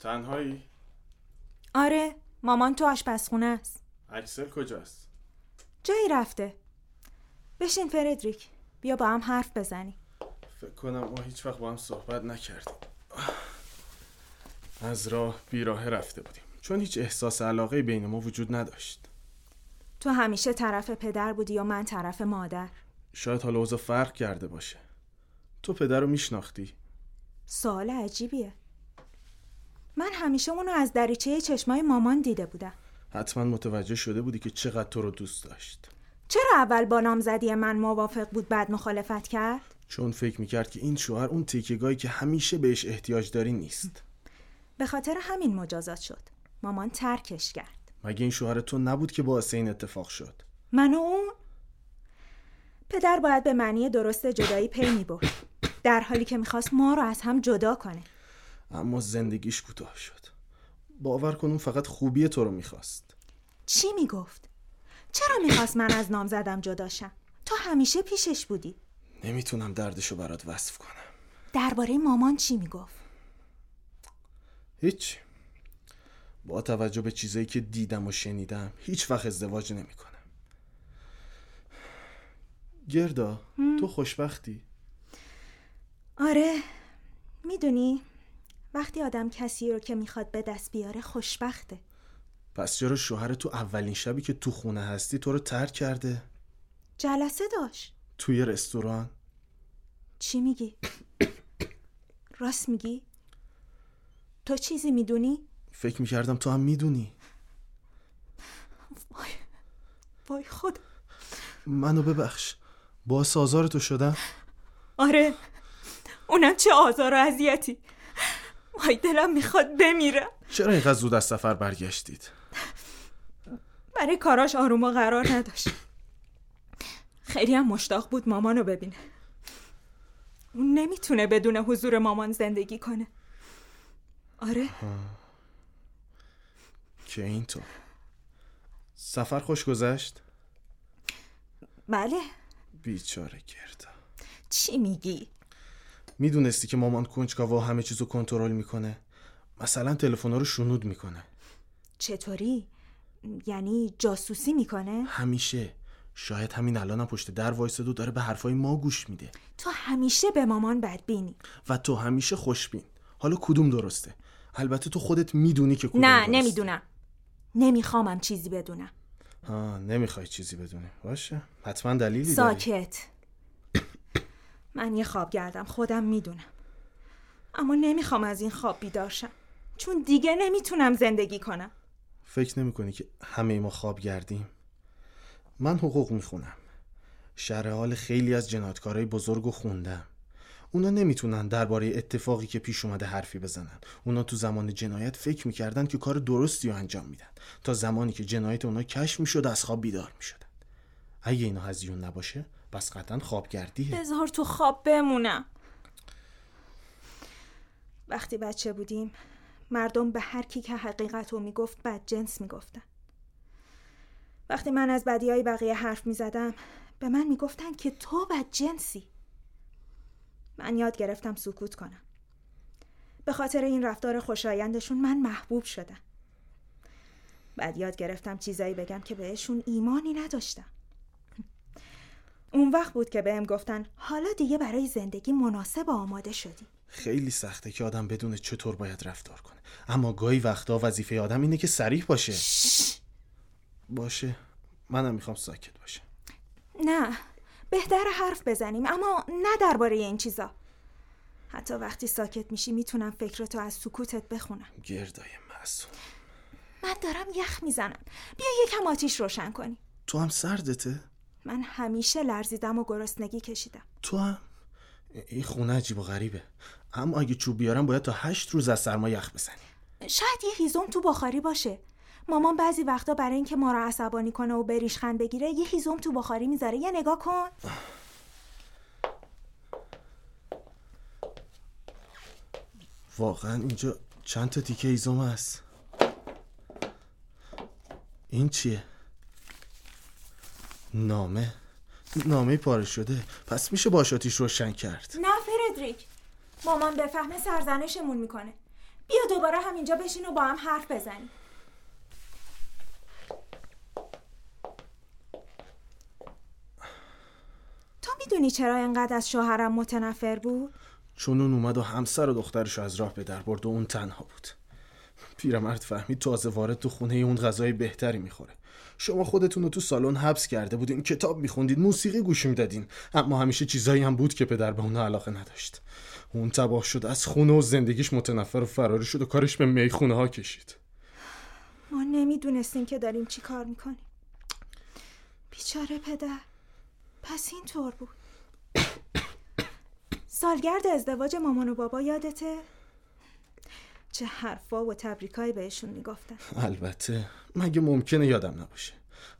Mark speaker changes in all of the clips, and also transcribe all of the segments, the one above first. Speaker 1: تنهایی
Speaker 2: آره مامان تو آشپزخونه است
Speaker 1: اکسل کجاست
Speaker 2: جایی رفته بشین فردریک بیا با هم حرف بزنیم
Speaker 1: فکر کنم ما هیچ وقت با هم صحبت نکردیم از راه بیراه رفته بودیم چون هیچ احساس علاقه بین ما وجود نداشت
Speaker 2: تو همیشه طرف پدر بودی و من طرف مادر
Speaker 1: شاید حالا اوضاع فرق کرده باشه تو پدر رو میشناختی
Speaker 2: سوال عجیبیه من همیشه اونو از دریچه چشمای مامان دیده بودم
Speaker 1: حتما متوجه شده بودی که چقدر تو رو دوست داشت
Speaker 2: چرا اول با نامزدی من موافق بود بعد مخالفت کرد؟
Speaker 1: چون فکر میکرد که این شوهر اون تیکگاهی که همیشه بهش احتیاج داری نیست
Speaker 2: به خاطر همین مجازات شد مامان ترکش کرد
Speaker 1: مگه این شوهر تو نبود که باعث این اتفاق شد
Speaker 2: من و اون؟ پدر باید به معنی درست جدایی پی میبرد در حالی که میخواست ما رو از هم جدا کنه
Speaker 1: اما زندگیش کوتاه شد باور کن اون فقط خوبی تو رو میخواست
Speaker 2: چی میگفت؟ چرا میخواست من از نام زدم جداشم؟ تو همیشه پیشش بودی
Speaker 1: نمیتونم دردشو برات وصف کنم
Speaker 2: درباره مامان چی میگفت؟
Speaker 1: هیچ با توجه به چیزایی که دیدم و شنیدم هیچ وقت ازدواج نمیکنم گردا تو خوشبختی
Speaker 2: آره میدونی وقتی آدم کسی رو که میخواد به دست بیاره خوشبخته
Speaker 1: پس چرا شوهر تو اولین شبی که تو خونه هستی تو رو ترک کرده
Speaker 2: جلسه داشت
Speaker 1: توی رستوران
Speaker 2: چی میگی؟ راست میگی؟ تو چیزی میدونی؟
Speaker 1: فکر میکردم تو هم میدونی
Speaker 2: وای وای خود
Speaker 1: منو ببخش با سازار تو شدم
Speaker 2: آره اونم چه آزار و اذیتی وای دلم میخواد بمیرم
Speaker 1: چرا اینقدر زود از سفر برگشتید
Speaker 2: برای کاراش آروم و قرار نداشت خیلی هم مشتاق بود مامانو ببینه اون نمیتونه بدون حضور مامان زندگی کنه آره
Speaker 1: که اینطور سفر خوش گذشت
Speaker 2: بله
Speaker 1: بیچاره گردا
Speaker 2: چی میگی؟
Speaker 1: میدونستی که مامان کنجکاوا همه چیزو کنترل میکنه مثلا تلفن رو شنود میکنه
Speaker 2: چطوری؟ یعنی جاسوسی میکنه؟
Speaker 1: همیشه شاید همین الانم پشت در وایستاده و داره به حرفای ما گوش میده
Speaker 2: تو همیشه به مامان بدبینی
Speaker 1: و تو همیشه خوشبین حالا کدوم درسته البته تو خودت میدونی که کدوم
Speaker 2: نه
Speaker 1: درسته.
Speaker 2: نمیدونم نمیخوامم چیزی بدونم
Speaker 1: آه نمیخوای چیزی بدونی باشه حتما دلیلی داری
Speaker 2: ساکت من یه خواب گردم خودم میدونم اما نمیخوام از این خواب بیدار شم چون دیگه نمیتونم زندگی کنم
Speaker 1: فکر نمی کنی که همه ما خواب گردیم من حقوق میخونم شرح حال خیلی از جنایتکارای بزرگ و خوندم اونا نمیتونن درباره اتفاقی که پیش اومده حرفی بزنن اونا تو زمان جنایت فکر میکردن که کار درستی رو انجام میدن تا زمانی که جنایت اونا کشف میشد از خواب بیدار میشدن اگه اینا هزیون نباشه پس قطعا خوابگردیه
Speaker 2: بذار تو خواب بمونم وقتی بچه بودیم مردم به هر کی که حقیقت رو میگفت بد جنس میگفتن وقتی من از بدی های بقیه حرف میزدم به من میگفتن که تو بد جنسی من یاد گرفتم سکوت کنم به خاطر این رفتار خوشایندشون من محبوب شدم بعد یاد گرفتم چیزایی بگم که بهشون ایمانی نداشتم اون وقت بود که بهم گفتن حالا دیگه برای زندگی مناسب و آماده شدی
Speaker 1: خیلی سخته که آدم بدون چطور باید رفتار کنه اما گاهی وقتا وظیفه آدم اینه که سریح باشه باشه منم میخوام ساکت باشم
Speaker 2: نه بهتر حرف بزنیم اما نه درباره این چیزا حتی وقتی ساکت میشی میتونم فکرتو از سکوتت بخونم
Speaker 1: گردای معصوم
Speaker 2: من دارم یخ میزنم بیا یکم آتیش روشن کنی
Speaker 1: تو هم سردته
Speaker 2: من همیشه لرزیدم و گرسنگی کشیدم
Speaker 1: تو هم این خونه عجیب و غریبه اما اگه چوب بیارم باید تا هشت روز از سرما یخ بزنی
Speaker 2: شاید یه هیزم تو بخاری باشه مامان بعضی وقتا برای اینکه ما رو عصبانی کنه و بریشخند بگیره یه هیزم تو بخاری میذاره یه نگاه کن
Speaker 1: واقعا اینجا چند تا تیکه ایزوم هست این چیه نامه نامه پاره شده پس میشه باش آتیش روشن کرد
Speaker 2: نه فردریک مامان بفهمه سرزنشمون میکنه بیا دوباره همینجا بشین و با هم حرف بزنیم تو میدونی چرا اینقدر از شوهرم متنفر بود؟
Speaker 1: چون اون اومد و همسر و دخترش رو از راه به در برد و اون تنها بود پیرمرد فهمید تازه وارد تو خونه اون غذای بهتری میخوره شما خودتون رو تو سالن حبس کرده بودین کتاب میخوندید موسیقی گوش میدادین اما همیشه چیزایی هم بود که پدر به اون علاقه نداشت اون تباه شد از خونه و زندگیش متنفر و فراری شد و کارش به میخونه ها کشید
Speaker 2: ما نمیدونستیم که داریم چی کار میکنیم بیچاره پدر پس اینطور بود سالگرد ازدواج مامان و بابا یادته؟ چه حرفا و تبریکایی بهشون میگفتن
Speaker 1: البته مگه ممکنه یادم نباشه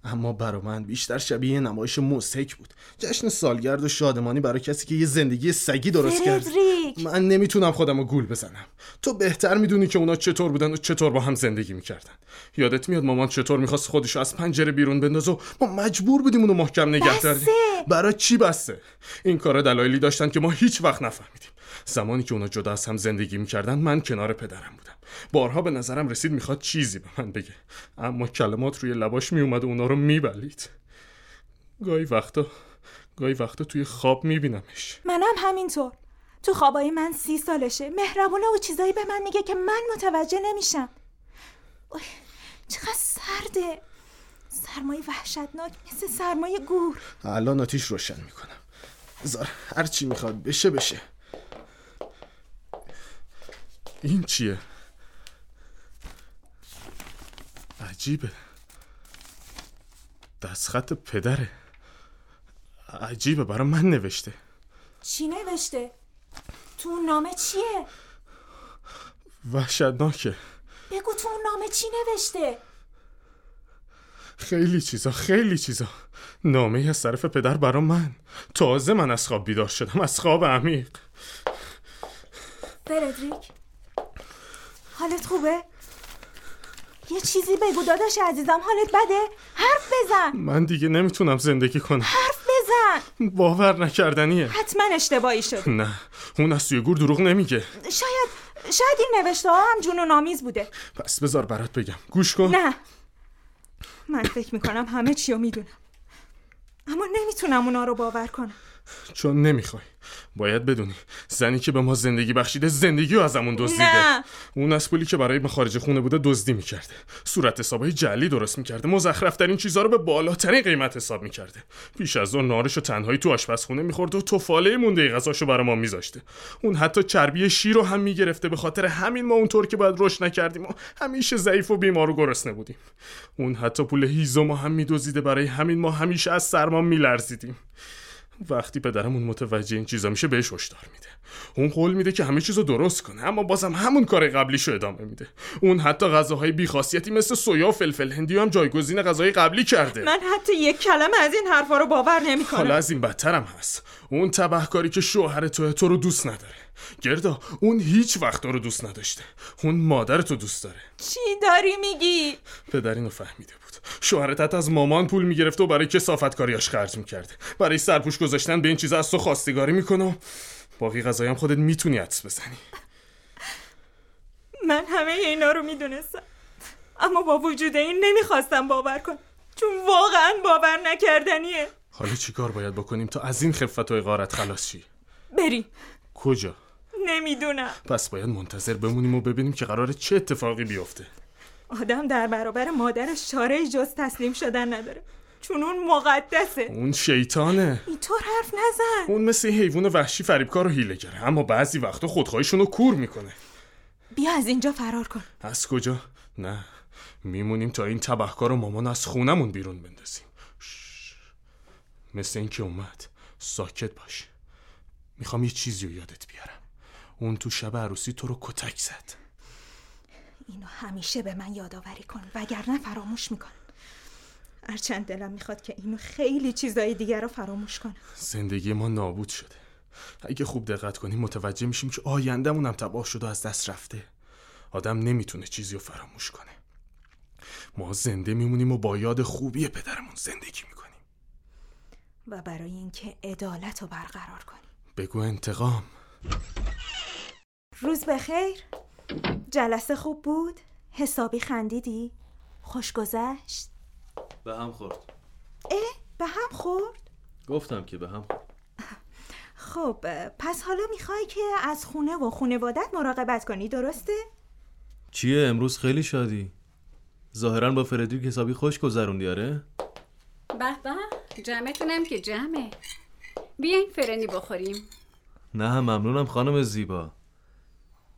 Speaker 1: اما برا من بیشتر شبیه یه نمایش موسیک بود جشن سالگرد و شادمانی برای کسی که یه زندگی سگی درست کرد
Speaker 2: فردریک!
Speaker 1: من نمیتونم خودم رو گول بزنم تو بهتر میدونی که اونا چطور بودن و چطور با هم زندگی میکردن یادت میاد مامان چطور میخواست خودش از پنجره بیرون بندازه و ما مجبور بودیم اونو محکم نگه
Speaker 2: بسه!
Speaker 1: داریم برای چی بسه این کارا دلایلی داشتن که ما هیچ وقت نفهمیدیم زمانی که اونا جدا از هم زندگی میکردن من کنار پدرم بودم بارها به نظرم رسید میخواد چیزی به من بگه اما کلمات روی لباش میومد و اونا رو میبلید گاهی وقتا گاهی وقتا توی خواب میبینمش
Speaker 2: منم همینطور تو خوابای من سی سالشه مهربونه و چیزایی به من میگه که من متوجه نمیشم اوه، چقدر سرده سرمایه وحشتناک مثل سرمایه گور
Speaker 1: الان آتیش روشن میکنم زار هر چی میخواد بشه بشه این چیه عجیبه دستخط پدره عجیبه برای من نوشته
Speaker 2: چی نوشته؟ تو اون نامه چیه؟
Speaker 1: وحشتناکه
Speaker 2: بگو تو اون نامه چی نوشته؟
Speaker 1: خیلی چیزا خیلی چیزا نامه از طرف پدر برا من تازه من از خواب بیدار شدم از خواب عمیق
Speaker 2: فردریک حالت خوبه؟ یه چیزی بگو داداش عزیزم حالت بده؟ حرف بزن
Speaker 1: من دیگه نمیتونم زندگی کنم
Speaker 2: حرف بزن
Speaker 1: باور نکردنیه
Speaker 2: حتما اشتباهی شد
Speaker 1: نه اون از توی گور دروغ نمیگه
Speaker 2: شاید شاید این نوشته ها هم جنون آمیز بوده
Speaker 1: پس بذار برات بگم گوش کن
Speaker 2: نه من فکر میکنم همه چی رو میدونم اما نمیتونم اونا رو باور کنم
Speaker 1: چون نمیخوای باید بدونی زنی که به ما زندگی بخشیده زندگی رو ازمون دزدیده
Speaker 2: نه.
Speaker 1: اون از پولی که برای ما خارج خونه بوده دزدی میکرده صورت حسابای جعلی درست میکرده مزخرفترین چیزها رو به بالاترین قیمت حساب میکرده پیش از اون نارش و تنهایی تو آشپزخونه میخورد و تفاله مونده غذاشو برای ما میذاشته اون حتی چربی شیر رو هم میگرفته به خاطر همین ما اونطور که باید رشد نکردیم و همیشه ضعیف و بیمار و گرسنه بودیم اون حتی پول هیزم ما هم میدزدیده برای همین ما همیشه از سرما میلرزیدیم وقتی پدرمون متوجه این چیزا میشه بهش هشدار میده اون قول میده که همه چیزو درست کنه اما بازم همون کار قبلیشو ادامه میده اون حتی غذاهای بیخاصیتی مثل سویا و فلفل هندی هم جایگزین غذای قبلی کرده
Speaker 2: من حتی یک کلمه از این حرفا رو باور
Speaker 1: حالا
Speaker 2: نمیکنم
Speaker 1: از این بدترم هست اون تبهکاری که شوهر تو تو رو دوست نداره گردا اون هیچ وقت تو رو دوست نداشته اون مادر تو دوست داره
Speaker 2: چی داری میگی
Speaker 1: پدر اینو فهمیده بود شوهرت حتی از مامان پول میگرفته و برای کسافت کاریاش خرج میکرده برای سرپوش گذاشتن به این چیزا از تو خواستگاری میکنه و باقی غذایم خودت میتونی حدس بزنی
Speaker 2: من همه اینا رو میدونستم اما با وجود این نمیخواستم باور کنم چون واقعا باور نکردنیه
Speaker 1: حالا چیکار باید بکنیم تا از این خفت و غارت خلاص شی
Speaker 2: بری
Speaker 1: کجا
Speaker 2: نمیدونم
Speaker 1: پس باید منتظر بمونیم و ببینیم که قراره چه اتفاقی بیفته
Speaker 2: آدم در برابر مادرش چاره جز تسلیم شدن نداره چون اون مقدسه
Speaker 1: اون شیطانه
Speaker 2: اینطور حرف نزن
Speaker 1: اون مثل یه حیوان وحشی فریبکار و حیله‌گره اما بعضی وقتا خودخواهیشون رو کور میکنه
Speaker 2: بیا از اینجا فرار کن
Speaker 1: از کجا؟ نه میمونیم تا این تبهکار و مامان از خونمون بیرون بندازیم شش. مثل اینکه اومد ساکت باش میخوام یه چیزی رو یادت بیارم اون تو شب عروسی تو رو کتک زد
Speaker 2: اینو همیشه به من یادآوری کن وگرنه فراموش میکنم هرچند دلم میخواد که اینو خیلی چیزای دیگر رو فراموش کنم
Speaker 1: زندگی ما نابود شده اگه خوب دقت کنیم متوجه میشیم که آیندهمون هم تباه شده و از دست رفته آدم نمیتونه چیزی رو فراموش کنه ما زنده میمونیم و با یاد خوبی پدرمون زندگی میکنیم
Speaker 2: و برای اینکه عدالت رو برقرار کنیم
Speaker 1: بگو انتقام
Speaker 2: روز بخیر جلسه خوب بود؟ حسابی خندیدی؟ خوش گذشت؟
Speaker 3: به هم خورد
Speaker 2: به هم خورد؟
Speaker 3: گفتم که به هم خورد
Speaker 2: خب پس حالا میخوای که از خونه و خونوادت مراقبت کنی درسته؟
Speaker 3: چیه امروز خیلی شادی ظاهرا با فردریک حسابی خوش گذروندی آره
Speaker 4: به به جمعتونم که جمعه بیاین فرنی بخوریم
Speaker 3: نه ممنونم خانم زیبا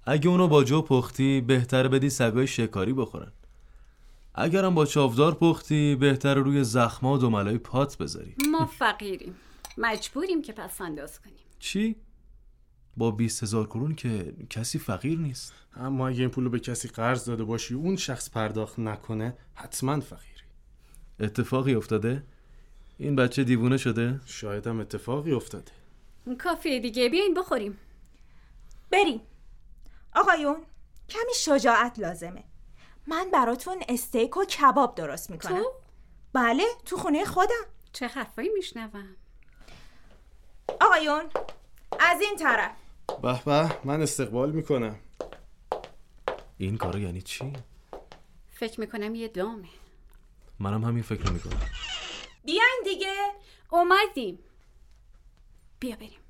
Speaker 3: اگه اونو با جو پختی بهتر بدی سگای شکاری بخورن اگرم با چاودار پختی بهتر روی زخما و دملای پات بذاری
Speaker 4: ما فقیریم مجبوریم که پس انداز کنیم
Speaker 3: چی؟ با 20 هزار کرون که کسی فقیر نیست
Speaker 1: اما اگه این پولو به کسی قرض داده باشی اون شخص پرداخت نکنه حتما فقیری
Speaker 3: اتفاقی افتاده؟ این بچه دیوونه شده؟
Speaker 1: شاید هم اتفاقی افتاده
Speaker 4: کافیه دیگه بیاین بخوریم
Speaker 2: بریم آقایون کمی شجاعت لازمه من براتون استیک و کباب درست میکنم
Speaker 4: تو؟
Speaker 2: بله تو خونه خودم
Speaker 4: چه حرفایی میشنوم
Speaker 2: آقایون از این طرف
Speaker 1: به به من استقبال میکنم
Speaker 3: این کارا یعنی چی؟
Speaker 4: فکر میکنم یه دامه
Speaker 3: منم همین فکر میکنم
Speaker 2: بیاین دیگه
Speaker 4: اومدیم بیا بریم